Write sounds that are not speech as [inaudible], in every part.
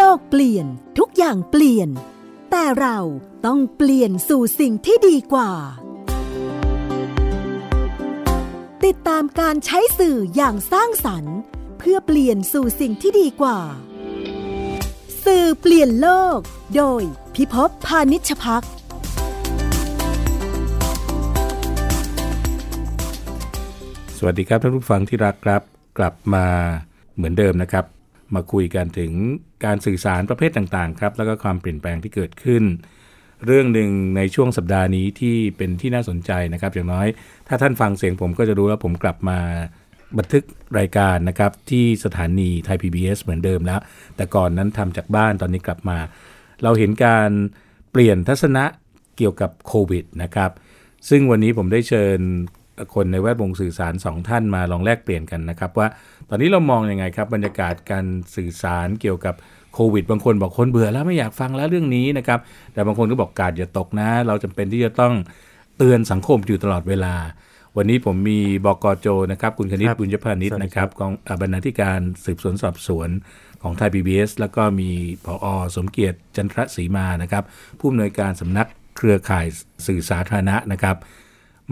ลกเปลี่ยนทุกอย่างเปลี่ยน แต่เราต้องเปลี่ยนสู่สิ่งที่ดีกว่า ติดตามการใช้สื่ออย่างสร้างสรรค์ เพื่อเปลี่ยนสู่สิ่งที่ดีกว่า สื่อเปลี่ยนโลก โดยพิภพพานิชพัก สวัสดีครับท่านผู้ฟังที่รักครับ กลับมาเหมือนเดิมนะครับ มาคุยกันถึงการสื่อสารประเภทต่างๆครับแล้วก็ความเปลี่ยนแปลงที่เกิดขึ้น เรื่องหนึ่งในช่วงสัปดาห์นี้ที่เป็นที่น่าสนใจนะครับ อย่างน้อย ถ้าท่านฟังเสียงผมก็จะรู้ว่าผมกลับมาบันทึกรายการนะครับที่สถานีไทย PBS เหมือนเดิมแล้ว แต่ก่อนนั้นทำจากบ้านตอนนี้กลับมา เราเห็นการเปลี่ยนทัศนะเกี่ยวกับโควิดนะครับ ซึ่งวันนี้ผมได้เชิญคนในแวดวงสื่อสารสองท่านมาลองแลกเปลี่ยนกันนะครับว่าตอนนี้เรามองอยังไงครับ บรรยากาศการสื่อสารเกี่ยวกับโควิด บางคนบอกคนเบื่อแล้วไม่อยากฟังแล้วเรื่องนี้นะครับแต่บางคนก็บอกกาดอย่าตกนะ เราจำเป็นที่จะต้องเตือนสังคมอยู่ตลอดเวลา วันนี้ผมมีบอกกโจนะครับ คุณคณิตบุญยพานิชนะครับกองอ่าบรรณาธิการสืบสวนสอบสวนของไทย PBS แล้วก็มีผอสมเกียรติจันทรศรีมานะครับ ผู้อำนวยการสำนักเครือข่ายสื่อสาธารณะนะครับ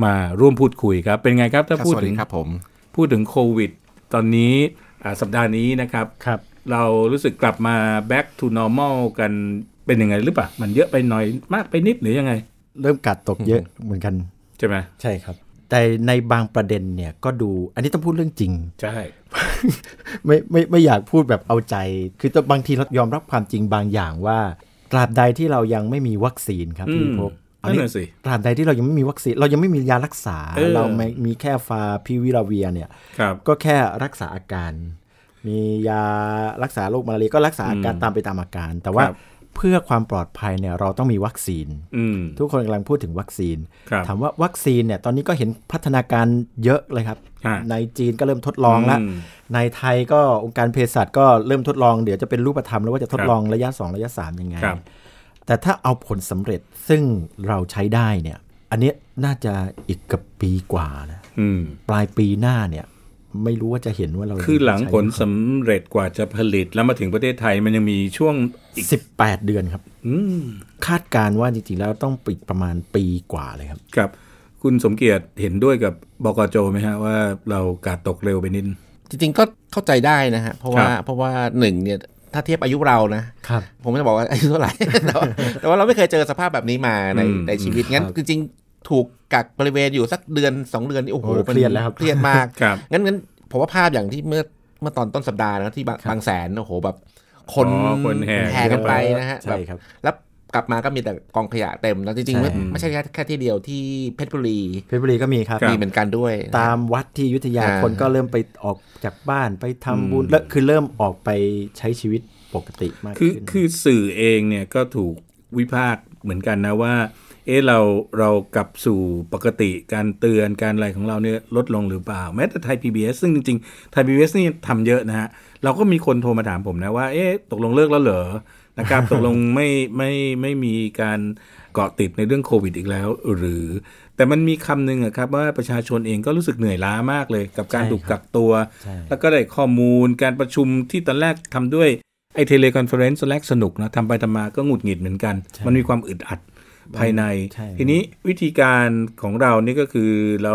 มาร่วมพูดคุยครับ เป็นไงครับถ้า ครับ พูด สวัส ถึ ดี ง ครับผม พูดถึงโควิด ตอนนี้อ่าสัปดาห์นี้นะครับ ครับ เรารู้สึกกลับมา back to normal กันเป็นยังไงหรือเปล่า มันเยอะไปหน่อยมากไปนิดหรือยังไง เริ่มกัดตกเยอะเหมือนกัน ใช่ไหม ใช่ครับ แต่ในบางประเด็นเนี่ยก็ดูอันนี้ต้องพูดเรื่องจริง ใช่ ไม่ไม่ไม่อยากพูดแบบเอาใจ คือต้องบางทีเรายอมรับความจริงบางอย่างว่าตราบใดที่เรายังไม่มีวัคซีนครับ อื พี่ ม พบอัน นั่น นี้ น่ะสิ ตราบใดที่เรายังไม่มีวัคซีน เรายังไม่มียารักษา เออ เราไม่มีแค่ฟาพิวิราเวียเนี่ย ครับ ก็แค่รักษาอาการ มียารักษาโรคมาลาเรียก็รักษาอาการ อืม ตามไปตามอาการ แต่ว่า ครับ เพื่อความปลอดภัยเนี่ยเราต้องมีวัคซีน อืม ทุกคนกำลังพูดถึงวัคซีน ครับ ถามว่าวัคซีนเนี่ยตอนนี้ก็เห็นพัฒนาการเยอะเลยครับ ฮะ ในจีนก็เริ่มทดลองแล้ว อืม ในไทยก็องค์การเภสัชก็เริ่มทดลองเดี๋ยวจะเป็นรูปธรรมแล้วว่าจะทดลองระยะ 2 ระยะ 3 ยังไง ครับ แต่ถ้าเอาผลสำเร็จซึ่งเราใช้ได้เนี่ยอันเนี้ยน่าจะอีกเกับปีกว่านะ อืม ปลายปีหน้าเนี่ยไม่รู้ว่าจะเห็นว่าเรา คือหลังผล ใช้ สำเร็จกว่าจะผลิตแล้วมาถึงประเทศไทยมันยังมีช่วงอีก 18 เดือนครับ อืม คาดการณ์ว่าจริงๆแล้วต้องปีกประมาณปีกว่าเลยครับ ครับ คุณสมเกียรติเห็นด้วยกับบกโจไหมฮะว่าเรากาดตกเร็วไปนิด จริงๆก็เข้าใจได้นะฮะ เพราะ ครับ ว่า เพราะว่าหนึ่งเนี่ย ถ้าเทียบอายุเรานะ ครับ ผมไม่จะบอกว่า [laughs] อายุเท่าไหร่ แต่ว่าแต่ว่าเราไม่เคยเจอสภาพแบบนี้มาใน อืม ในชีวิต งั้นจริงๆ ถูกกักบริเวณอยู่สักเดือน 2 เดือนนี่โอ้โห โอ้โห มัน เครียดแล้วครับ เครียดมาก ครับ งั้นงั้นผมว่าภาพอย่างที่เมื่อเมื่อตอนต้นสัปดาห์นะที่บางบางแสนโอ้โหแบบ คน อ๋อคนแห่ กันไปนะฮะ ใช่ แบบ ครับ แล้วกลับมาก็มีแต่กองขยะเต็มแล้วจริงๆไม่ ใช่ ไม่ใช่แค่แค่ที่เดียวที่เพชรบุรี เพชรบุรีก็มีครับ ครับ มีเหมือนกันด้วย ตามวัดที่อยุทธยา อ่า คนก็เริ่มไปออกจากบ้านไปทำบุญ อืม แล้วคือเริ่มออกไปใช้ชีวิตปกติมาก คือ ขึ้น คือสื่อเองเนี่ยก็ถูกวิพากษ์เหมือนกันนะว่า เอะเราเรากลับสู่ปกติการเตือนการอะไรของเราเนี่ยลดลงหรือเปล่า แม้แต่ไทย PBS ซึ่งจริงๆ ไทย PBS นี่ทำเยอะนะฮะ เราก็มีคนโทรมาถามผมนะว่า เอ๊ะตกลงเลิกแล้วเหรอนะครับ ตกลง [laughs] ไม่ไม่ไม่มีการเกาะติดในเรื่องโควิดอีกแล้ว หรือ แต่มันมีคำหนึ่งอะครับว่าประชาชนเองก็รู้สึกเหนื่อยล้ามากเลย กับการ ใช่ ถูก คกัรับ กตัว ใช่ แล้วก็ได้ข้อมูลการประชุมที่ตอนแรกทำด้วย ไอเทเลคอนเฟอเรนซ์แรกสนุกนะทำไปทำมาก็หงุดหงิดเหมือนกัน มันมีความอึดอัดภายใน ใช่ ทีนี้วิธีการของเรานี่ก็คือเรา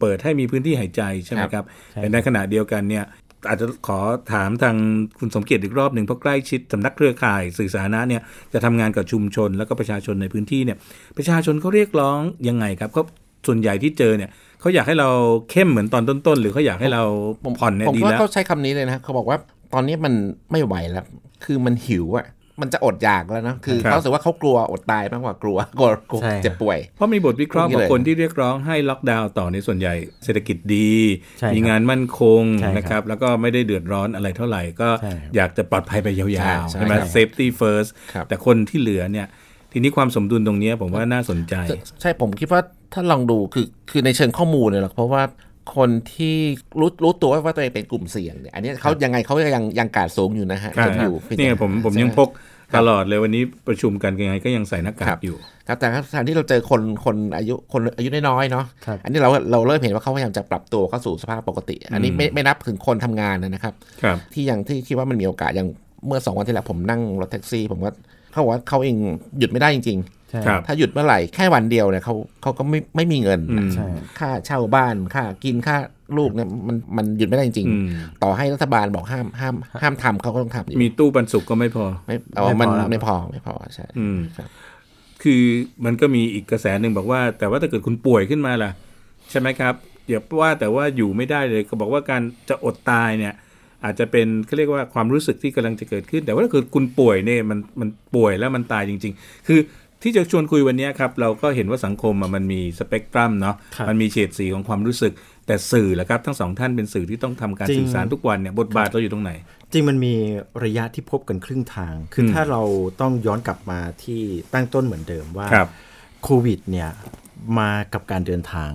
เปิดให้มีพื้นที่หายใจใช่ไหมครับ ใช่ แต่ในขณะเดียวกันเนี่ยอาจจะขอถามทางคุณสมเกียรติอีกรอบหนึ่งเพราะใกล้ชิดสำนักเครือข่ายสื่อสาธารณะเนี่ยจะทำงานกับชุมชนแล้วก็ประชาชนในพื้นที่เนี่ยประชาชนเขาเรียกร้องยังไงครับเขาส่วนใหญ่ที่เจอเนี่ยเขาอยากให้เราเข้มเหมือนตอนต้นๆ หรือเขาอยากให้เรา ผม ผ่อนเนี่ย ผม ดี ว่า แล้ว เขาใช้คำนี้เลยนะเขาบอกว่าตอนนี้มันไม่ไหวแล้ว คือมันหิวอะมันจะอดอยากแล้วนะคือ ครับ เขารู้สึกว่าเขากลัวอดตายมากกว่าก [laughs] ลัวกลัวกลัว ใช่ เจ็บป่วย เพราะมีบทวิเคราะห์ พว บอกนี้ ก เลย คนที่เรียกร้องให้ล็อกดาวน์ต่อในส่วนใหญ่เศรษฐกิจดี ใช่ครับ มีงานมั่นคง ใช่ครับ นะครับ แล้วก็ไม่ได้เดือดร้อนอะไรเท่าไหร่ ก็ ใช่ครับ อยากจะปลอดภัยไปยาวๆ ใช่ ใช่ไหม ครับ safety first ครับ แต่คนที่เหลือเนี่ย ทีนี้ความสมดุลตรงเนี้ยผมว่าน่าสนใจ ใช่ใช่ผมคิดว่าถ้าลองดูคือคือในเชิงข้อมูลเนี่ยหรอกเพราะว่าคนที่รู้รู้ตัวว่าตัวเองเป็นกลุ่มเสี่ยงเนี่ยอันนี้เขายังไงเขาก็ยังยังการสูงอยู่นะฮะ ครับ ยังอยู่ นี่ไงผมผมยังพก ครั ต บ ลอดเลยวันนี้ประชุมกันยังไงก็ยังใส่หน้ากา ครั ก บ อยู่ ครับแต่ครับการที่เราเจอคนคนอายุคนอายุน้อยๆเนาะ ครับ อันนี้เราเราเริ่มเห็นว่าเขาพยายามจะปรับตัวเข้าสู่สภาพปกติ อันนี้ไม่ไม่นับถึงคนทำงานนะครับ ครับ ที่ยังที่คิดว่ามันมีโอกาสยัง เมื่อสองวันที่แล้วผมนั่งรถแท็กซี่ ผมว่าเขาบอกว่าเขาเองหยุดไม่ได้จริง ใช่ ครับ ๆ ถ้าหยุดเมื่อไหร่แค่วันเดียวเนี่ยเขาเขาก็ไม่ไม่มีเงินนะ อืม ใช่ ค่าเช่าบ้านค่ากินค่าลูกเนี่ยมันมันหยุดไม่ได้จริง อืม ๆ ต่อให้รัฐบาลบอกห้ามห้ามห้ามทำเขาก็ต้องทำอยู่ มีตู้ปันสุกก็ไม่พอ ไม่เอามัน ไม่พอครับ ไม่พอไม่พอใช่ อืม ครับ คือมันก็มีอีกกระแสหนึ่งบอกว่า แต่ว่าถ้าเกิดคุณป่วยขึ้นมาล่ะ ใช่ไหมครับอย่าว่าแต่ว่าอยู่ไม่ได้เลยก็บอกว่าการจะอดตายเนี่ย อาจจะเป็นเขาเรียกว่าความรู้สึกที่กำลังจะเกิดขึ้น แต่ว่าถ้าเกิดคุณป่วยเนี่ยมันมันป่วยแล้วมันตายจริง ๆ คือที่จะชวนคุยวันเนี้ยครับ เราก็เห็นว่าสังคมอะมันมีสเปกตรัมเนาะ ครับ มันมีเฉดสีของความรู้สึก แต่สื่อละครับ ทั้งสองท่านเป็นสื่อที่ต้องทำการสื่อสารทุกวันเนี่ยบทบาทเราอยู่ตรงไหน จริงมันมีระยะที่พบกันครึ่งทาง คืออ ม ถ้าเราต้องย้อนกลับมาที่ตั้งต้นเหมือนเดิมว่า ครับ โควิดเนี่ยมากับการเดินทาง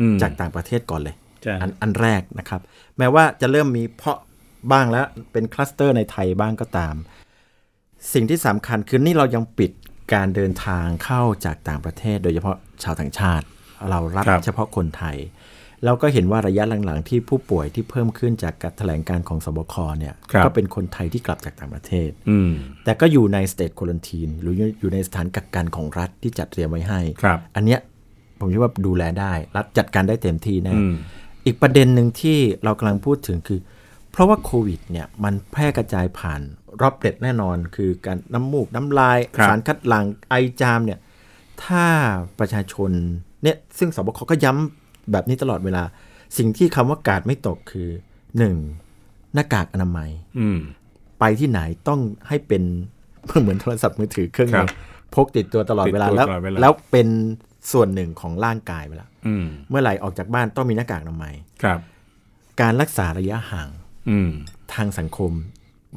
อืม จากต่างประเทศก่อนเลย ใช่ อันอันแรกนะครับ แม้ว่าจะเริ่มมีเพาะบ้างแล้วเป็นคลัสเตอร์ในไทยบ้างก็ตาม สิ่งที่สำคัญคือนี่เรายังปิดการเดินทางเข้าจากต่างประเทศ โดยเฉพาะชาวต่างชาติ เรารับเฉพาะคนไทย เราก็เห็นว่าระยะหลังๆ ที่ผู้ป่วยที่เพิ่มขึ้นจากการแถลงการณ์ของสบคเนี่ย ครับ ก็เป็นคนไทยที่กลับจากต่างประเทศ อืม แต่ก็อยู่ในสเต t ควอ a นทีนหรืออยู่อยู่ในสถานกักกันของรัฐที่จัดเตรียมไว้ให้ ครับ อันเนี้ยผมคิดว่าดูแลได้ รัฐจัดการได้เต็มที่แน่ อืม อีกประเด็นหนึ่งที่เรากำลังพูดถึงคือ เพราะว่าโควิดเนี่ยมันแพร่กระจายผ่านรอบเด็ดแน่นอน คือการน้ำมูกน้ำลาย ครับ สารคัดหลัง่งไอจามเนี่ยถ้าประชาชนเนี่ยซึ่งสบคก็ย้ำแบบนี้ตลอดเวลา สิ่งที่คำว่ากาดไม่ตกคือหนึ่งหน้ากากอนามัย อืม ไปที่ไหนต้องให้เป็น [laughs] เหมือนโทรศัพท์มือถือเครื่องหนึง ครับ พกติดตัวตลอดเวลา ติดตัว แล้ว ตลอดเวลา แล้วเป็นส่วนหนึ่งของร่างกายไปแล้ว อืม เมื่อไหร่ออกจากบ้านต้องมีหน้ากากอนามัย ครับ การรักษาระยะห่าง อืม ทางสังคม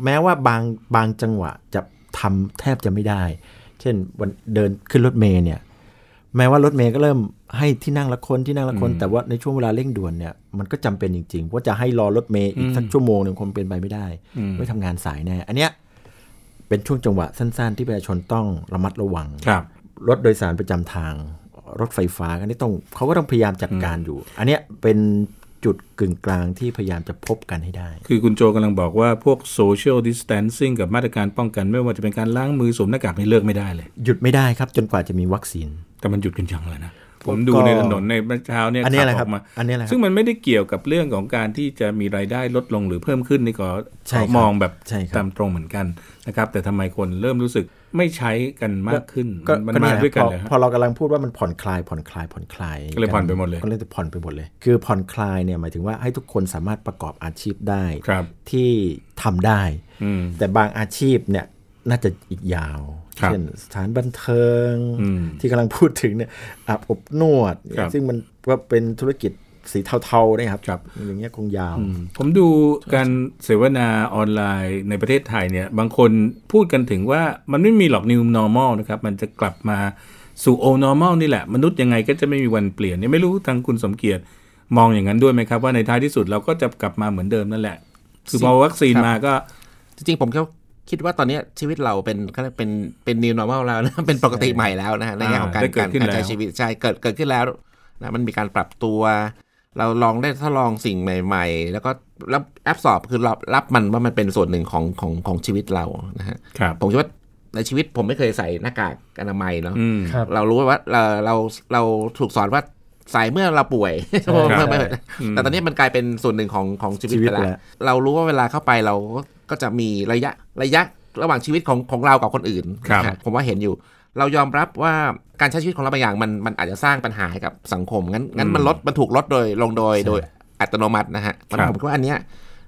แม้ว่าบางบางจังหวะจะทำแทบจะไม่ได้ เช่นวันเดินขึ้นรถเมล์เนี่ยแม้ว่ารถเมล์ก็เริ่มให้ที่นั่งละคนที่นั่งละคน อืม แต่ว่าในช่วงเวลาเร่งด่วนเนี่ยมันก็จำเป็นจริงๆเพราะจะให้รอรถเมล์อีกสักชั่วโมงหนึ่งคงเป็นไปไม่ได้ อืม ไม่ทำงานสายแน่อันเนี้ยเป็นช่วงจังหวะสั้น ๆ ที่ประชาชนต้องระมัดระวัง ครับ รถโดยสารประจำทาง รถไฟฟ้าอันนี้ต้องเขาก็ต้องพยายามจัดการอยู่ อันเนี้ยเป็นจุดกึ่งกลางที่พยายามจะพบกันให้ได้ คือคุณโจกำลังบอกว่าพวก Social Distancing กับมาตรการป้องกัน ไม่ว่าจะเป็นการล้างมือสวมหน้ากากนี่เลิกไม่ได้เลย หยุดไม่ได้ครับจนกว่าจะมีวัคซีน แต่มันหยุดกันยังเลยนะ ผ ก็ มดูในถนนในเมื่อเช้าเนี่ย อันนี้ ขั แหละ อ ครั อบ กมา อันนี้แหละครับ ซึ่งมันไม่ได้เกี่ยวกับเรื่องของการที่จะมีรายได้ลดลงหรือเพิ่มขึ้นนี่ก็ ใช่ครับ มองแบบ ใช่ครับ ตามตรงเหมือนกันนะครับ แต่ทำไมคนเริ่มรู้สึกไม่ใช้กันมากขึ้น ก็ มัน ก็ มา เนี่ย ด้วยกัน พอ เลยฮะ พอเรากำลังพูดว่ามันผ่อนคลายผ่อนคลายผ่อนคลาย ก็เลยผ่อนไปหมดเลย ก็เลยผ่อนไปหมดเลย คือผ่อนคลายเนี่ยหมายถึงว่าให้ทุกคนสามารถประกอบอาชีพได้ ครับ ที่ทำได้ อืม แต่บางอาชีพเนี่ยน่าจะอีกยาว ครับ เช่นสถานบันเทิง อืม ที่กำลังพูดถึงเนี่ยอาบอบนวด ครับ ซึ่งมันก็เป็นธุรกิจสีเทาๆนะครับ ครับ อย่างเงี้ยคงยาว ผมดูการเสวนาออนไลน์ในประเทศไทยเนี่ย บางคนพูดกันถึงว่ามันไม่มีหรอก new normal นะครับ มันจะกลับมาสู่ old normal นี่แหละ มนุษย์ยังไงก็จะไม่มีวันเปลี่ยนเนี่ยไม่รู้ทางคุณสมเกียรติมองอย่างนั้นด้วยไหมครับ ว่าในท้ายที่สุดเราก็จะกลับมาเหมือนเดิมนั่นแหละ คือพอวัคซีนมาก็ จริงๆ ผมก็คิดว่าตอนเนี้ยชีวิตเราเป็นเขาเรียกเป็นเป็น new normal แล้วนะ [laughs] เป็นปกติใหม่แล้วนะฮะในแง่ของการ ได้เกิด การ ขึ้น การ แล้ว ใช้ชีวิตใช่เกิดเกิดขึ้นแล้วนะมันมีการปรับตัว เราลองได้ทดลองสิ่งใหม่ ๆ แล้วก็รับแอบสอบคือรับรับมันว่ามันเป็นส่วนหนึ่งของของของชีวิตเรานะฮะ ครับ ผมคิดว่าในชีวิตผมไม่เคยใส่หน้ากากอนามัยเนาะ อืม ครับ เรารู้ว่าเราเราเราถูกสอนว่าใส่เมื่อเราป่วย ครับ ไม่ อืม แต่ตอนนี้มันกลายเป็นส่วนหนึ่งของของชีวิต ชีวิต ไป ไปแล้ แล้ว ว เรารู้ว่าเวลาเข้าไปเราก็ก็จะมีระยะระยะระหว่างชีวิตของของเรากับคนอื่น ครับ นะฮะผมว่าเห็นอยู่ เรายอมรับว่าการใช้ชีวิตของเราบางอย่างมันมันอาจจะสร้างปัญหาให้กับสังคมงั้นงั้นมันลดมันถูกลดโดยลงโดยโดยอัตโนมัตินะฮะมันผมคิดว่าอันเนี้ย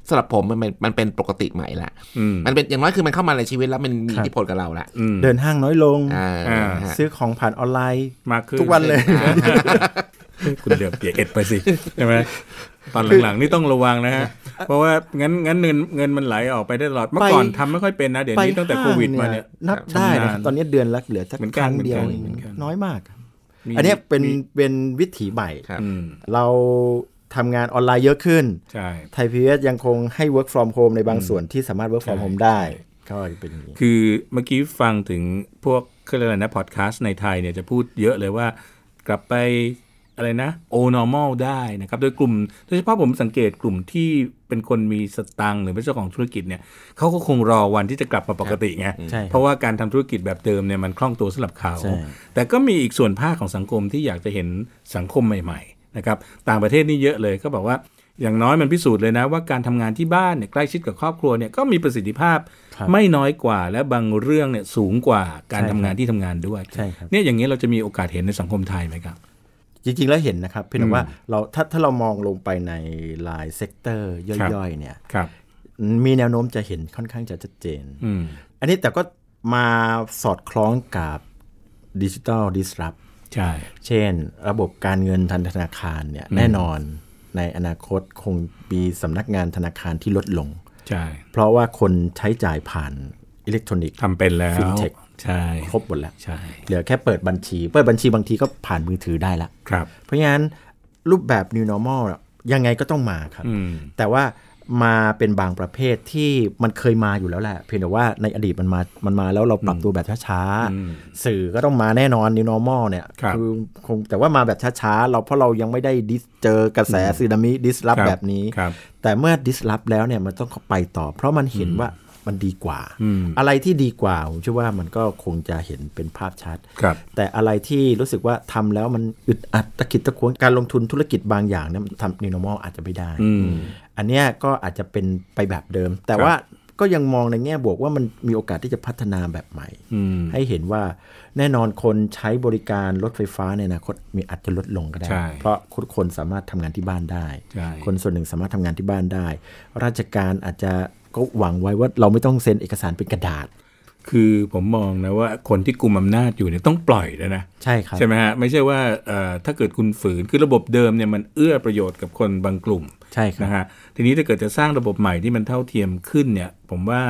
สำหรับผมมันเป็นมันเป็นปกติใหม่ละ อืม มันเป็นอย่างน้อยคือมันเข้ามาในชีวิตแล้วมันมี ครัอิบทธิพลกับเราละ อืม เดินห้างน้อยลง อ่า อ่า ฮะ ซื้อของผ่านออนไลน์ มากขึ้น ทุกวันเลย [laughs] คุณเดือบเปียเอ็ดไป [laughs] สิใช่ไหมตอนหลังๆนี่ต้องระวังนะฮะเพราะว่างั้นงั้นเงินเงินมันไหลออกไปได้ตลอดเมื่อก่อนทำไม่ค่อยเป็นนะเดี๋ยวนี้ตั้งแต่โควิดมาเนี่ย ไปห้งนับได้นะครับ ชำนาญ ตอนนี้เดือนละเหลือสัก เหมือน ค กัน รั้งเดียว เหมือนกันเหมือนกัน น้อยมาก มี อันเนี้ยเป็นเป็นวิถีใหม่ ครับ อืม เราทำงานออนไลน์เยอะขึ้น ใช่ ไทยพีเอสยังคงให้ work from home ในบางส่วนที่สามารถ work from ใช่ home ได้ก็เป็นอย่างนี้ คือเมื่อกี้ฟังถึงพวกเครื่องอะไรยกอะไรนะพอดแคสต์ในไทยเนี่ยจะพูดเยอะเลยว่า กลับไป อะไรนะ โอ normal ได้นะครับ โดยกลุ่มโดยเฉพาะผมสังเกตกลุ่มที่เป็นคนมีสตังค์หรือเป็นเจ้าของธุรกิจเนี่ยเขาก็คงรอวันที่จะกลับมาปกติไง ใช่ครับ เพราะว่าการทำธุรกิจแบบเดิมเนี่ยมันคล่องตัวสำหรับเขา ใช่ แต่ก็มีอีกส่วนภาคของสังคมที่อยากจะเห็นสังคมใหม่ๆนะครับต่างประเทศนี่เยอะเลยก็บอกว่าอย่างน้อยมันพิสูจน์เลยนะว่าการทำงานที่บ้านเนี่ยใกล้ชิดกับครอบครัวเนี่ยก็มีประสิทธิภาพ ครับ ไม่น้อยกว่า และบางเรื่องเนี่ยสูงกว่าการ ใช่ครั ทำ บ งานที่ทำงานด้วย ใช่ครับ เนี่ยอย่างนี้เราจะมีโอกาสเห็นในสังคมไทยไหมครับ จริงๆแล้วเห็นนะครับเพียง อื แต่ ม ว่าเราถ้าถ้าเรามองลงไปในรายเซกเตอร์ ครับ ย่อยๆเนี่ย ครับ มีแนวโน้มจะเห็นค่อนข้างจะชัดเจน อืม อันนี้แต่ก็มาสอดคล้องกับดิจิ t a ลดิสรับ ใช่ เช่น ระบบการเงินทางธนาคารเนี่ยแน่นอนในอนาคตคงมีสำนักงานธนาคารที่ลดลง ใช่ เพราะว่าคนใช้จ่ายผ่านอิเล็กทรอนิกส์ ทำเป็นแล้ว Fintech ใช่ ครบหมดแล้ว ใช่ เหลือแค่เปิดบัญชี เปิดบัญชีบางทีก็ผ่านมือถือได้ละ ครับ เพราะงั้นรูปแบบ new normal น่ะยังไงก็ต้องมาครับ อืม แต่ว่ามาเป็นบางประเภทที่มันเคยมาอยู่แล้วแหละเพียงแต่ว่าในอดีตมันมามันมาแล้วเราปรับตัวแบบช้า อืม ๆ สื่อก็ต้องมาแน่นอน new normal เนี่ย ครับ อคงแต่ว่ามาแบบช้าๆ เราเพราะเรายังไม่ได้ดิสเจอกระแสซีนามิดิสรับ ครับ แบบนี้ ครับ แต่เมื่อดิสรับแล้วเนี่ยมันต้องเข้าไปต่อ เพราะมันเห็นว่ามันดีกว่า อืม อะไรที่ดีกว่าผมเชื่อว่ามันก็คงจะเห็นเป็นภาพชัด ครับ แต่อะไรที่รู้สึกว่าทำแล้วมันอึดอัดตะขิดตะขวงการลงทุนธุรกิจบางอย่างเนี่ยมันทำนิวโนมอลอาจจะไม่ได้ อืม อันเนี้ยก็อาจจะเป็นไปแบบเดิม แต่ ครับ ว่าก็ยังมองในแง่บวกว่ามันมีโอกาสที่จะพัฒนาแบบใหม่ อืม ให้เห็นว่าแน่นอนคนใช้บริการรถไฟฟ้าในอนาคตมีอาจจะลดลงก็ได้ ใช่ เพราะคนคนสามารถทำงานที่บ้านได้ ใช่ คนส่วนหนึ่งสามารถทำงานที่บ้านได้ ราชการอาจจะก็หวังไว้ว่าเราไม่ต้องเซ็นเอกสารเป็นกระดาษ คือผมมองนะว่าคนที่กุมอำนาจอยู่เนี่ยต้องปล่อยด้วยนะ ใช่ครับ ใช่ไหมฮะ ไม่ใช่ว่าเอ่อถ้าเกิดคุณฝืนคือระบบเดิมเนี่ยมันเอื้อประโยชน์กับคนบางกลุ่ม ใช่ครับ นะฮะทีนี้ถ้าเกิดจะสร้างระบบใหม่ที่มันเท่าเทียมขึ้นเนี่ย ผมว่า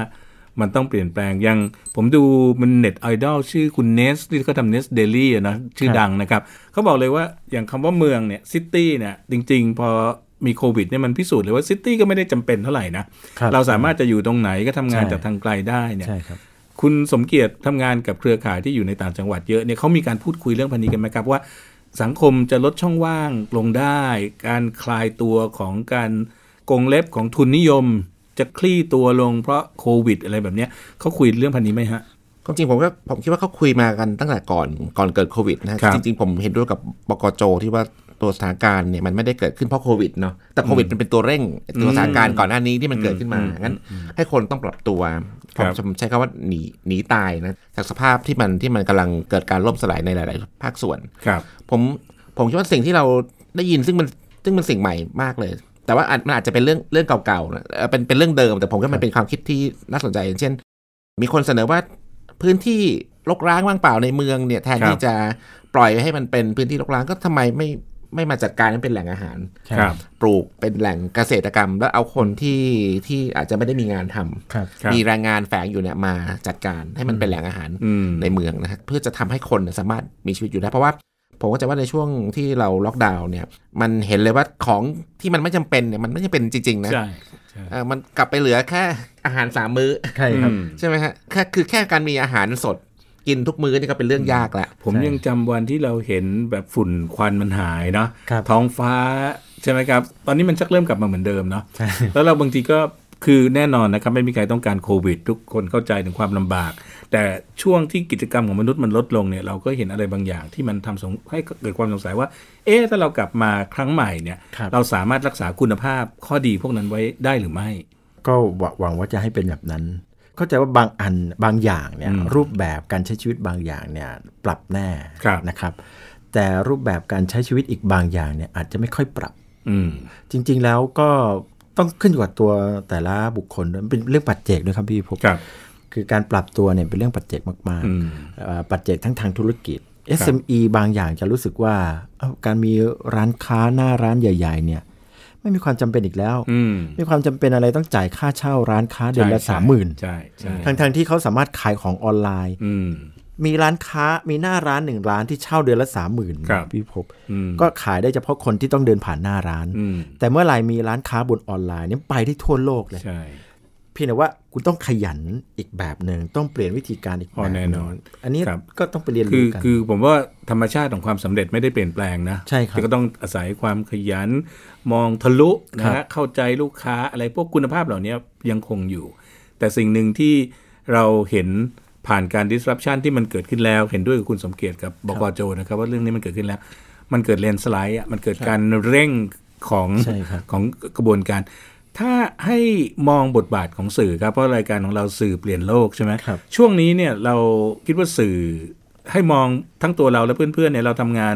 มันต้องเปลี่ยนแปลงยังผมดูมันเน็ตไอดอลชื่อคุณเนสที่เขาทำเนสเดลี่นะชื่อดังนะครับเขาบอกเลยว่าอย่างคำว่าเมืองเนี่ยซิตี้เนี่ยจริง ๆ พอมีโควิดเนี่ยมันพิสูจน์เลยว่าซิตี้ก็ไม่ได้จำเป็นเท่าไหร่นะครับ เราสามารถจะอยู่ตรงไหนก็ทำงาน ใช่ จากทางไกลได้เนี่ย ใช่ครับ คุณสมเกียรติทำงานกับเครือข่ายที่อยู่ในต่างจังหวัดเยอะเนี่ยเขามีการพูดคุยเรื่องพันนี้กันไหมครับว่า สังคมจะลดช่องว่างลงได้ การคลายตัวของการกงเล็บของทุนนิยม จะคลี่ตัวลงเพราะโควิดอะไรแบบเนี้ยเขาคุยเรื่องพันนี้ไหมฮะ ความจริงผมก็ผมคิดว่าเขาคุยมากันตั้งแต่ก่อนก่อนเกิดโควิดนะฮะ ครับ จริงๆ ผมเห็นด้วยกับบกจที่ว่าตัวสถานการณ์เนี่ยมันไม่ได้เกิดขึ้นเพราะโควิดเนาะแต่โควิดมันเป็นตัวเร่งตัวสถานการณ์ก่อนหน้านี้ที่มันเกิดขึ้นมางั้น ให้คนต้องปรับตัว ครับ ผมใช้คำว่าหนีหนีตายนะจากสภาพที่มันที่มันกำลังเกิดการล่มสลายในหลาย ๆ ภาคส่วน ครับ ผมผมคิดว่าสิ่งที่เราได้ยินซึ่งมันซึ่งมันสิ่งใหม่มากเลย แต่ว่าอาจมันอาจจะเป็นเรื่องเรื่องเก่าๆนะเอ่อเป็นเป็นเรื่องเดิม แต่ผมว่ามันเป็นความคิดที่น่าสนใจอย่างเช่น มีคนเสนอว่าพื้นที่รกร้างว่างเปล่าในเมืองเนี่ยแทน ครับ ที่จะปล่อยให้มันเป็นพื้นที่รกร้างก็ทำไมไม่ไม่มาจัดการให้เป็นแหล่งอาหาร ครับ ปลูกเป็นแหล่งเกษตรกรรม แล้วเอาคนที่ที่อาจจะไม่ได้มีงานทำ ครับ ครับ มีแรงงานแฝงอยู่เนี่ยมาจัดการให้มันเป็นแหล่งอาหาร อืม ในเมืองนะฮะเพื่อจะทำให้คนเนี่ยสามารถมีชีวิตอยู่ได้ เพราะว่าผมก็จะว่าในช่วงที่เราล็อกดาวน์เนี่ย มันเห็นเลยว่าของที่มันไม่จำเป็นเนี่ยมันไม่จำเป็นจริง ๆ นะ ใช่ใช่ เอ่อมันกลับไปเหลือแค่อาหารสามมื้อ ใช่ครับ อืม ใช่ไหมฮะแค่คือแค่การมีอาหารสดกินทุกมื้อนี่ก็เป็นเรื่องยากละ ผม ใช่ ยังจำวันที่เราเห็นแบบฝุ่นควันมันหายเนาะ ครับ ท้องฟ้าใช่ไหมครับ ตอนนี้มันชักเริ่มกลับมาเหมือนเดิมเนาะ ใช่ แล้วเราบางทีก็คือแน่นอนนะครับ ไม่มีใครต้องการโควิด ทุกคนเข้าใจถึงความลำบาก แต่ช่วงที่กิจกรรมของมนุษย์มันลดลงเนี่ยเราก็เห็นอะไรบางอย่างที่มันทำสงให้เกิดความสงสัยว่า เอ๊ะถ้าเรากลับมาครั้งใหม่เนี่ย ครับ เราสามารถรักษาคุณภาพข้อดีพวกนั้นไว้ได้หรือไม่ ก็หวหวังว่าจะให้เป็นแบบนั้น เข้าใจว่าบางอันบางอย่างเนี่ย อืม รูปแบบการใช้ชีวิตบางอย่างเนี่ยปรับแน่ ครับ นะครับ แต่รูปแบบการใช้ชีวิตอีกบางอย่างเนี่ยอาจจะไม่ค่อยปรับ อืม จริง ๆ แล้วก็ต้องขึ้นอยู่กับตัวแต่ละบุคคลด้วยมันเป็นเรื่องปัจเจกด้วยครับพี่พบ ครับ คือการปรับตัวเนี่ยเป็นเรื่องปัจเจกมาก อืม ๆเอ่อปัจเจกทั้งทางธุรกิจ SME บางอย่างจะรู้สึกว่าเอ้าการมีร้านค้าหน้าร้านใหญ่ ๆ เนี่ยไม่มีความจำเป็นอีกแล้ว อืม มีความจำเป็นอะไรต้องจ่ายค่าเช่าร้านค้าเดือนละ ใช่ สามหมื่น ใช่ใช่ ทางทางๆที่เขาสามารถขายของออนไลน์ อืม มีร้านค้ามีหน้าร้านหนึ่งร้านที่เช่าเดือนละสามหมื่น ครับ พี่ภพบ อืม ก็ขายได้เฉพาะคนที่ต้องเดินผ่านหน้าร้าน อืม แต่เมื่อไหร่มีร้านค้าบนออนไลน์เนี่ยไปที่ทั่วโลกเลย ใช่ เพียงแต่ว่าคุณต้องขยันอีกแบบหนึ่งต้องเปลี่ยนวิธีการอีกแบบ อ๋อ ห แน่นอน อันนี้ ครับ ก็ต้องไปเรียน คื รู้ อ กัน คือผมว่าธรรมชาติของความสำเร็จไม่ได้เปลี่ยนแปลงนะ ใช่ครับ แต่ก็ต้องอาศัยความขยัน มองทะลุนะ ครั ฮะ บ เข้าใจลูกค้าอะไรพวกคุณภาพเหล่านี้ยังคงอยู่ แต่สิ่งหนึ่งที่เราเห็นผ่านการ disruption ที่มันเกิดขึ้นแล้วเห็นด้วยกับคุณสมเกียรติกับบกโจนะครับ ว่าเรื่องนี้มันเกิดขึ้นแล้ว มันเกิดเลนสไลด์มันเกิดการเร่งของ ใช่ครับ ของกระบวนการ ถ้าให้มองบทบาทของสื่อครับ เพราะรายการของเราสื่อเปลี่ยนโลกใช่ไหม ครับ ช่วงนี้เนี่ยเราคิดว่าสื่อให้มองทั้งตัวเราและเพื่อนๆเนี่ยเราทำงาน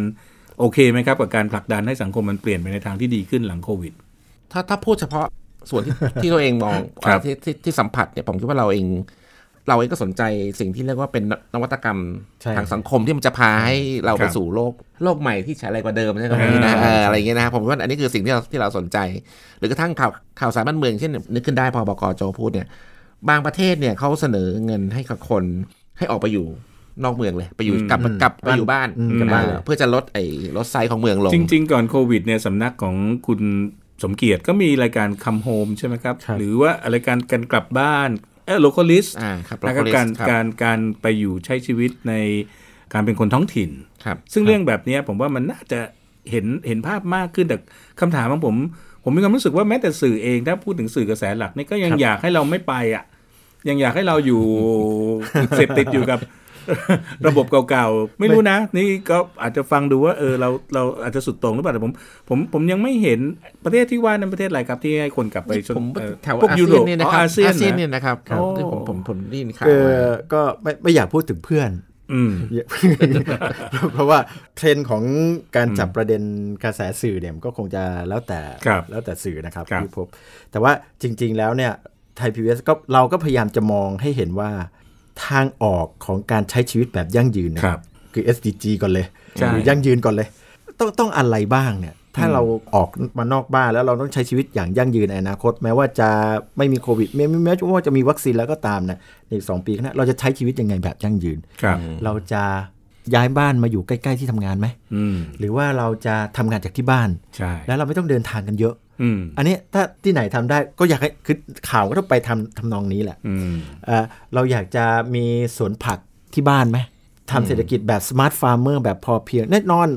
โอเคไหมครับ กับการผลักดันให้สังคมมันเปลี่ยนไปในทางที่ดีขึ้นหลังโควิด ถ้าถ้าพูดเฉพาะส่วนที่ ที่ตัวเองมอง ครับ ที่ที่ที่สัมผัสเนี่ยผมคิดว่าเราเอง เราเองก็สนใจสิ่งที่เรียกว่าเป็นนนวัตกรรม ใช่ ทางสังคมที่มันจะพาให้เราไปสู่โลกโลกใหม่ที่ใช้อะไรกว่าเดิมใช่ไหมนะเอออะไรอย่างเงี้ยนะครับผมว่าอันนี้คือสิ่งที่เราที่เราสนใจ หรือกระทั่งข่าวข่าวสารบ้านเมืองเช่นนึกขึ้นได้พอบกโจพูดเนี่ย บางประเทศเนี่ยเขาเสนอเงินให้กับคนให้ออกไปอยู่นอกเมืองเลยไปอยู่กลับกลับไปอยู่บ้าน อืมกลับบ้าน เออเพื่อจะลดไอ้ลดไซส์ของเมืองลง จริง ๆ ก่อนโควิดเนี่ยสำนักของคุณสมเกียรติก็มีรายการคัมโฮมใช่ไหมครับ ครับ หรือว่าอะไรายการการกลับบ้านเออโลคอลิส อ่าครับ นะครับ localist การ ครับ การการไปอยู่ใช้ชีวิตในการเป็นคนท้องถิ่น ครับ ซึ่งเรื่องแบบเนี้ยผมว่ามันน่าจะเห็นเห็นภาพมากขึ้นแต่คำถามของผม ผมมีความรู้สึกว่าแม้แต่สื่อเองถ้าพูดถึงสื่อกระแสหลักนี่ก็ยังอยากให้เราไม่ไปอ่ะ ยังอยากให้เรา [laughs] อยู่ เสพติดอยู่กับ [laughs] ระบบเก่าๆ ไม่รู้นะ นี่ก็อาจจะฟังดูว่าเออเราเราอาจจะสุดโตรงหรือเปล่าแต่ผมผมผมยังไม่เห็นประเทศที่ว่านั้นประเทศอะไรครับที่ให้คนกลับไปชน ผม เอ่อ แถว พวก อา ยุ เซี โร ยน ป เนี่ยนะค อ๋ รับ ออาเซียน เซียน นะ เนี่ยนะครับ ครับ ที่ผมผมผมผมได้ยินข่าว ก็ มา ก็ไม่ไม่อยากพูดถึงเพื่อน อืม [laughs] เพราะว่าเทรนด์ของการจับประเด็นกระแสสื่อเนี่ยมันก็คงจะแล้วแต่ ครับ แล้วแต่สื่อนะครับ ครับ ที่พบ แต่ว่าจริงๆแล้วเนี่ยไทยพีวีก็เราก็พยายามจะมองให้เห็นว่าทางออกของการใช้ชีวิตแบบยั่งยืนเนี่ย ครับ คือ SDG ก่อนเลย ใช่ หรือยั่งยืนก่อนเลย ต้องต้องอะไรบ้างเนี่ย ถ้าเราออกมานอกบ้านแล้วเราต้องใช้ชีวิตอย่างยั่งยืนในอนาคต แม้ว่าจะไม่มีโควิดแม้แม้แม้ว่าจะมีวัคซีนแล้วก็ตามนะในอีกสองปีข้างหน้าเราจะใช้ชีวิตยังไงแบบยั่งยืน ครับ เราจะย้ายบ้านมาอยู่ใกล้ๆที่ทำงานไหม อืม หรือว่าเราจะทำงานจากที่บ้าน ใช่ แล้วเราไม่ต้องเดินทางกันเยอะ อืม อันนี้ถ้าที่ไหนทำได้ก็อยากให้คือข่าวก็ต้องไปทำทำนองนี้แหละ อืม เอ่อเราอยากจะมีสวนผักที่บ้านไหมทำเศรษฐกิจแบบสมาร์ทฟาร์มเมอร์แบบพอเพียง แน่นอน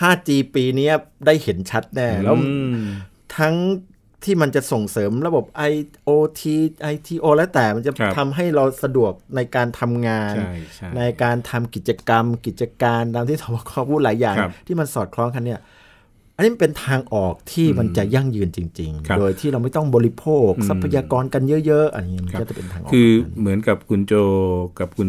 5G ปีเนี้ยได้เห็นชัดแน่ แล้วทั้งที่มันจะส่งเสริมระบบ IoT ITO แล้วแต่มันจะ ครับ ทำให้เราสะดวกในการทำงาน ใช่ใช่ การทำกิจกรรม กิจการตามที่ทบคพูดหลายอย่าง ครับ ที่มันสอดคล้องกันเนี่ย อันนี้มันเป็นทางออกที่มันจะยั่งยืนจริง ครับ ๆ โดยที่เราไม่ต้องบริโภคทรัพยากรกันเยอะ ๆ อันนี้มันก็จะเป็นทางออก คือเหมือนกับคุณโจกับคุณ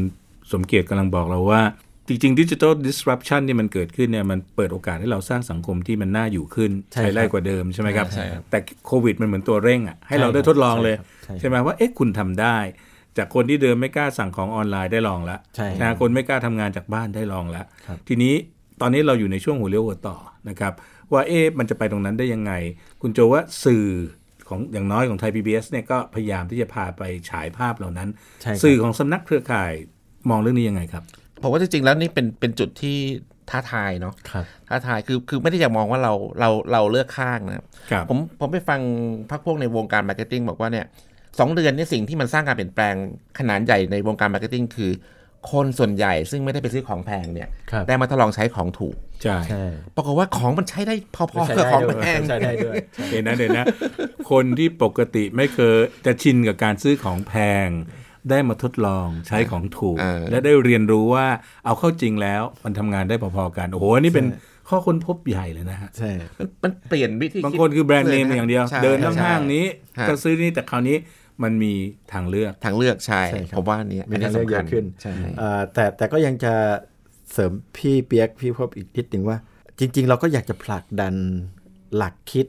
สมเกียรติกำลังบอกเราว่า จริงๆดิจิ t a ล disruption ที่มันเกิดขึ้นเนี่ยมันเปิดโอกาสให้เราสร้างสังคมที่มันน่าอยู่ขึ้น ใช่ครับ ไล่กว่าเดิมใช่ไหมครับ แต่โควิดมันเหมือนตัวเร่งอ่ะให้เราได้ทดลองเลย ใช่ครับ ใช่ไหมว่าเอ๊ะคุณทำได้ จากคนที่เดิมไม่กล้าสั่งของออนไลน์ได้ลองแล้ว ใช่ครับ นะ คนไม่กล้าทำงานจากบ้านได้ลองแล้ว ทีนี้ตอนนี้เราอยู่ในช่วงหัวเรียวหัวต่อนะครับ ว่าเอ๊ะมันจะไปตรงนั้นได้ยังไง คุณโจว่าสื่อของอย่างน้อยของไทย PBS เนี่ยก็พยายามที่จะพาไปฉายภาพเหล่านั้น ใช่ครับ สื่อของสำนักเครือข่ายมองเรื่องนี้ยังไงครับ ผมว่าจริงๆ แล้วนี่เป็นเป็นจุดที่ท้าทายเนาะ ครับ ท้าทายคือคือไม่ได้อยากมองว่าเราเราเราเลือกข้างนะครับ ผมผมไปฟังพักพวกในวงการมาร์เก็ตติ้งบอกว่าเนี่ยสองเดือนเนี่ยสิ่งที่มันสร้างการเปลี่ยนแปลงขนาดใหญ่ในวงการมาร์เก็ตติ้งคือ คนส่วนใหญ่ซึ่งไม่ได้ไปซื้อของแพงเนี่ย ครับ ได้มาทดลองใช้ของถูก ใช่ ใช่ ปรากฏว่าของมันใช้ได้พอๆกับของแพง ใช่ได้ด้วย เดี๋ยวนะเดี๋ยวนะ คนที่ปกติไม่เคยจะชินกับการซื้อของแพง ได้มาทดลองใช้ของถูก เออ และได้เรียนรู้ว่าเอาเข้าจริงแล้วมันทำงานได้พอๆกันโอ้โหอันนี่เป็นข้อค้นพบใหญ่เลยนะฮะ ใช่ มันมันเปลี่ยนวิธีด บางคนคือแบรนด์เนมอย่างเดียว ใช่ เดินห้าง ใช่ ๆนี้ ฮะ ก็ซื้อนี่แต่คราวนี้มันมีทางเลือก ทางเลือกใช่ ใช่ครับ ผมว่าอันเนี้ย มี นนี้ ทางเลือกเยอะ สำคัญ ขึ้น ใช่ เอ่อแต่แต่ก็ยังจะเสริมพี่เปียกพี่พบอีกนิดหนึ่งว่า จริง ๆ เราก็อยากจะผลักดันหลักคิด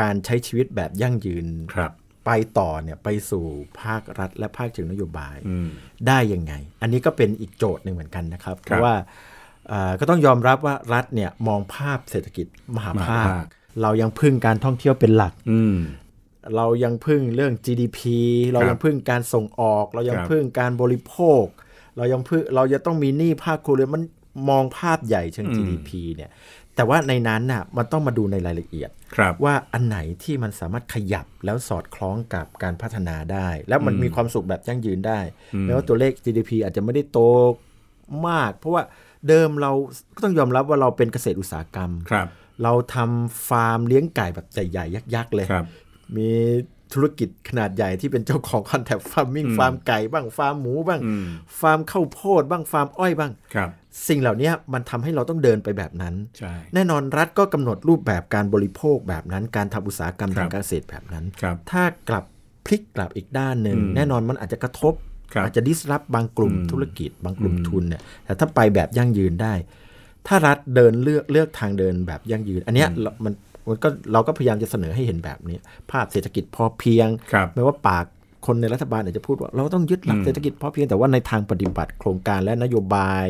การใช้ชีวิตแบบยั่งยืน ครับ ไปต่อเนี่ยไปสู่ภาครัฐและภาคถึงนโยบาย อืม ได้ยังไง อันนี้ก็เป็นอีกโจทย์หนึ่งเหมือนกันนะครับ เพ ครั ราะ บ ว่าเอ่อก็ต้องยอมรับว่ารัฐเนี่ยมองภาพเศรษฐกิจมหาม หา ภาค ภาค เรายังพึ่งการท่องเที่ยวเป็นหลัก อืม เรายังพึ่งเรื่อง GDP เรายังพึ่งการส่งออก เรายัง ครับ พึ่งการบริโภค เรายังพึ่งเราจะต้องมีหนี้ภาคครัวเรือนมันมองภาพใหญ่เชิง GDP เนี่ย แต่ว่าในนั้นน่ะมันต้องมาดูในรายละเอียด ครับ ว่าอันไหนที่มันสามารถขยับแล้วสอดคล้องกับการพัฒนาได้ แล้วมันมีความสุขแบบยั่งยืนได้แม้ว่าตัวเลข GDP อาจจะไม่ได้โตมาก เพราะว่าเดิมเราก็ต้องยอมรับว่าเราเป็นเกษตรอุตสาหกรรม ครับ เราทำฟาร์มเลี้ยงไก่แบบใหญ่ๆยักษ์ๆเลย ครับ มีธุรกิจขนาดใหญ่ที่เป็นเจ้าของคอนแทคฟาร์มมิ่งฟาร์มไก่บ้างฟาร์มหมูบ้าง ฟาร์มข้าวโพดบ้างฟาร์มอ้อยบ้าง ครับ สิ่งเหล่านี้มันทำให้เราต้องเดินไปแบบนั้น ใช่ แน่นอนรัฐก็กำหนดรูปแบบการบริโภคแบบนั้น การทำอุตสาหกรรม ครั ทา บ งการเกษตรแบบนั้น ครับ ถ้ากลับพลิกกลับอีกด้านหนึ่ง อืม แน่นอนมันอาจจะกระทบ ครับ อาจจะดิสรับ บางกลุ่ม อืม ธุรกิจ บางกลุ่ม อืม ทุนเนี่ยแต่ถ้าไปแบบยั่งยืนได้ ถ้ารัฐเดินเลือกเลือกทางเดินแบบยั่งยืน อันเนี้ยเรามันมันก็เราก็พยายามจะเสนอให้เห็นแบบนี้ ภาพเศรษฐกิจพอเพียง ครับ แม้ว่าปากคนในรัฐบาลอาจจะพูดว่า เราต้องยึดหลักเศรษฐกิจพอเพียงแต่ว่าในทางปฏิบัติโครงการและนโยบาย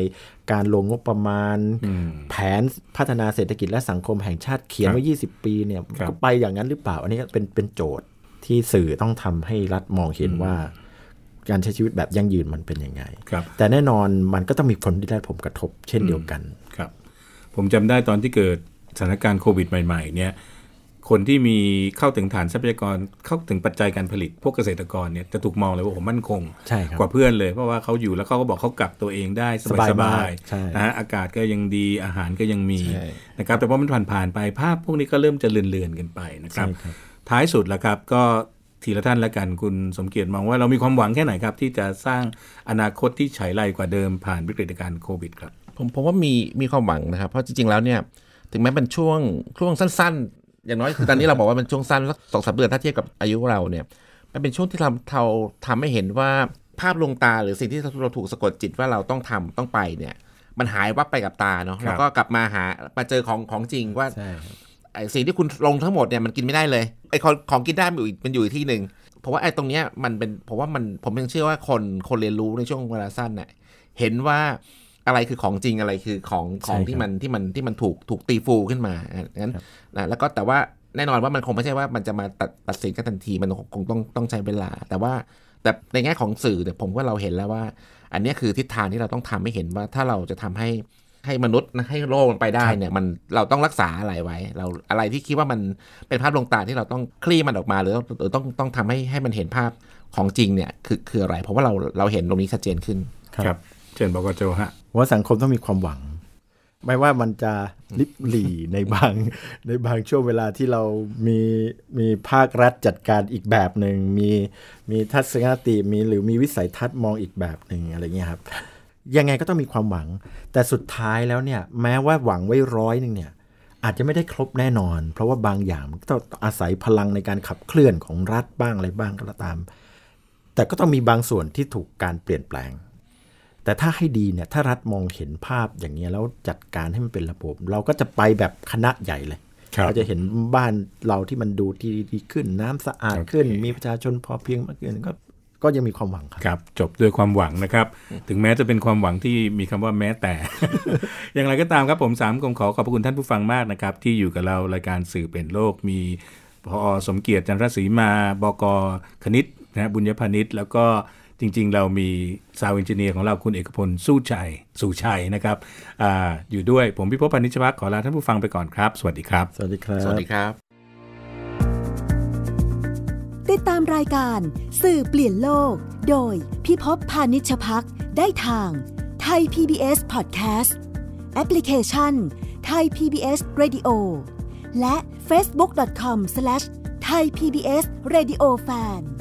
การลงงบประมาณ อืม แผนพัฒนาเศรษฐกิจและสังคมแห่งชาติเขียน ครับ ไว้ 20 ปีเนี่ย ครับ ก็ไปอย่างนั้นหรือเปล่า อันนี้เป็นเป็นโจทย์ที่สื่อต้องทำให้รัฐมองเห็นว่า การใช้ชีวิตแบบยั่งยืนมันเป็นยังไง ครับ แต่แน่นอนมันก็ต้องมีผลที่ได้ผลกระทบเช่นเดียวกัน ครับผมจำได้ตอนที่เกิดสถานการณ์โควิดใหม่ๆเนี่ยคนที่มีเข้าถึงฐานทรัพยากรเข้าถึงปัจจัยการผลิต พวกเกษตรกรเนี่ยจะถูกมองเลยว่าโอ้โหมั่นคง ใช่ครับ กว่าเพื่อนเลย เพราะว่าเขาอยู่แล้วเขาก็บอกเขากักตัวเองได้สบาย ส ๆ บายๆใช่ นะฮะอากาศก็ยังดีอาหารก็ยังมี ใช่ นะครับแต่พอมันผ่านๆไปภาพพวกนี้ก็เริ่มจะเลือนๆกันไปนะครับ ใช่ครับ ท้ายสุดแล้วครับก็ทีละท่านละกันคุณสมเกียรติมองว่าเรามีความหวังแค่ไหนครับ ที่จะสร้างอนาคตที่ฉายไลกว่าเดิมผ่านวิกฤตการณ์โควิดครับ ผมผมว่ามีมีความหวังนะครับ เพราะจริง ๆ แล้วเนี่ย ถึงแม้เป็นช่วงช่วงสั้น ๆ อย่างน้อยคือตอนนี้ เราบอกว่ามันช่วงสั้นสักสองสามเดือนถ้าเทียบกับอายุเราเนี่ย มันเป็นช่วงที่ทำเราทำให้เห็นว่าภาพลวงตาหรือสิ่งที่เราถูกสะกดจิตว่าเราต้องทำต้องไปเนี่ย มันหายวับไปกับตาเนาะ ครับ แล้วก็กลับมาหามาเจอของของจริงว่า ใช่ ไอ้สิ่งที่คุณลงทั้งหมดเนี่ยมันกินไม่ได้เลยไอ้ของของกินได้มันอยู่อีกมันอยู่อีกที่หนึ่งเพราะว่าไอ้ตรงเนี้ยมันเป็นเพราะว่ามันผมยังเชื่อว่าคนคนเรียนรู้ในช่วงเวลาสั้นน่ะเห็นว่าอะไรคือของจริงอะไรคือของของ ใช่ครับ ที่มันที่มันที่มันถูกถูกตีฟูขึ้นมาอ่ะงั้นนะแล้วก็แต่ว่าแน่นอนว่ามันคงไม่ใช่ว่ามันจะมาตัดตัดสินกันทันทีมันคงคงต้องต้องใช้เวลา แต่ว่าแต่ในแง่ของสื่อเนี่ยผมว่าเราเห็นแล้วว่า อันเนี้ยคือทิศทางที่เราต้องทำให้เห็นว่าถ้าเราจะทำให้ ให้มนุษย์นะให้โลกมันไปได้เนี่ยมันเราต้องรักษาอะไรไว้ เราอะไรที่คิดว่ามันเป็นภาพลวงตาที่เราต้องคลี่มันออกมาหรือหรือต้องต้องทำให้ให้มันเห็นภาพของจริงเนี่ยคือคืออะไร เพราะว่าเราเราเห็นตรงนี้ชัดเจนขึ้น ครับ ครับเชิญบกโจฮะ ว่าสังคมต้องมีความหวัง ไม่ว่ามันจะลิบหลี่ในบาง [laughs] ในบางช่วงเวลาที่เรามีมีภาครัฐจัดการอีกแบบหนึ่งมีมีทัศนคติมีหรือมีวิสัยทัศน์มองอีกแบบหนึ่งอะไรเงี้ยครับ ยังไงก็ต้องมีความหวัง แต่สุดท้ายแล้วเนี่ยแม้ว่าหวังไว้ร้อยหนึ่งเนี่ยอาจจะไม่ได้ครบแน่นอน เพราะว่าบางอย่างมันก็ต้องอาศัยพลังในการขับเคลื่อนของรัฐบ้างอะไรบ้างก็ตาม แต่ก็ต้องมีบางส่วนที่ถูกการเปลี่ยนแปลง แต่ถ้าให้ดีเนี่ยถ้ารัฐมองเห็นภาพอย่างนี้ยแล้วจัดการให้มันเป็นระบบ เราก็จะไปแบบคณะใหญ่เลย ครับ เราจะเห็นบ้านเราที่มันดูที่ดีขึ้นน้ำสะอาดขึ้น โอเค มีประชาชนพอเพียงมากขึ้นก็ก็ยังมีความหวังครับ ครับจบด้วยความหวังนะครับ ถึงแม้จะเป็นความหวังที่มีคำว่าแม้แต่ [laughs] อย่างไรก็ตามครับผมสามคงขอขอบพระคุณท่านผู้ฟังมากนะครับ ที่อยู่กับเรารายการสื่อเปลี่ยนโลกมีพอสมเกียรติจันทรศรีมาบกคณิตนะฮะบุญยพานิชแล้วก็จริงๆ เรามีซาวเอนจิเนียร์ของเราคุณเอกพลสู้ชัยสู่ชัยนะครับอาอยู่ด้วยผมพิภพพานิชพักขอลาท่านผู้ฟังไปก่อนครับ สวัสดีครับ สวัสดีครับ สวัสดีครับ ติดตามรายการสื่อเปลี่ยนโลก โดยพิภพพานิชพักได้ทางไทย PBS Podcast แอปพลิเคชันไทย PBS Radio และ facebook.com/thaipbsradiofan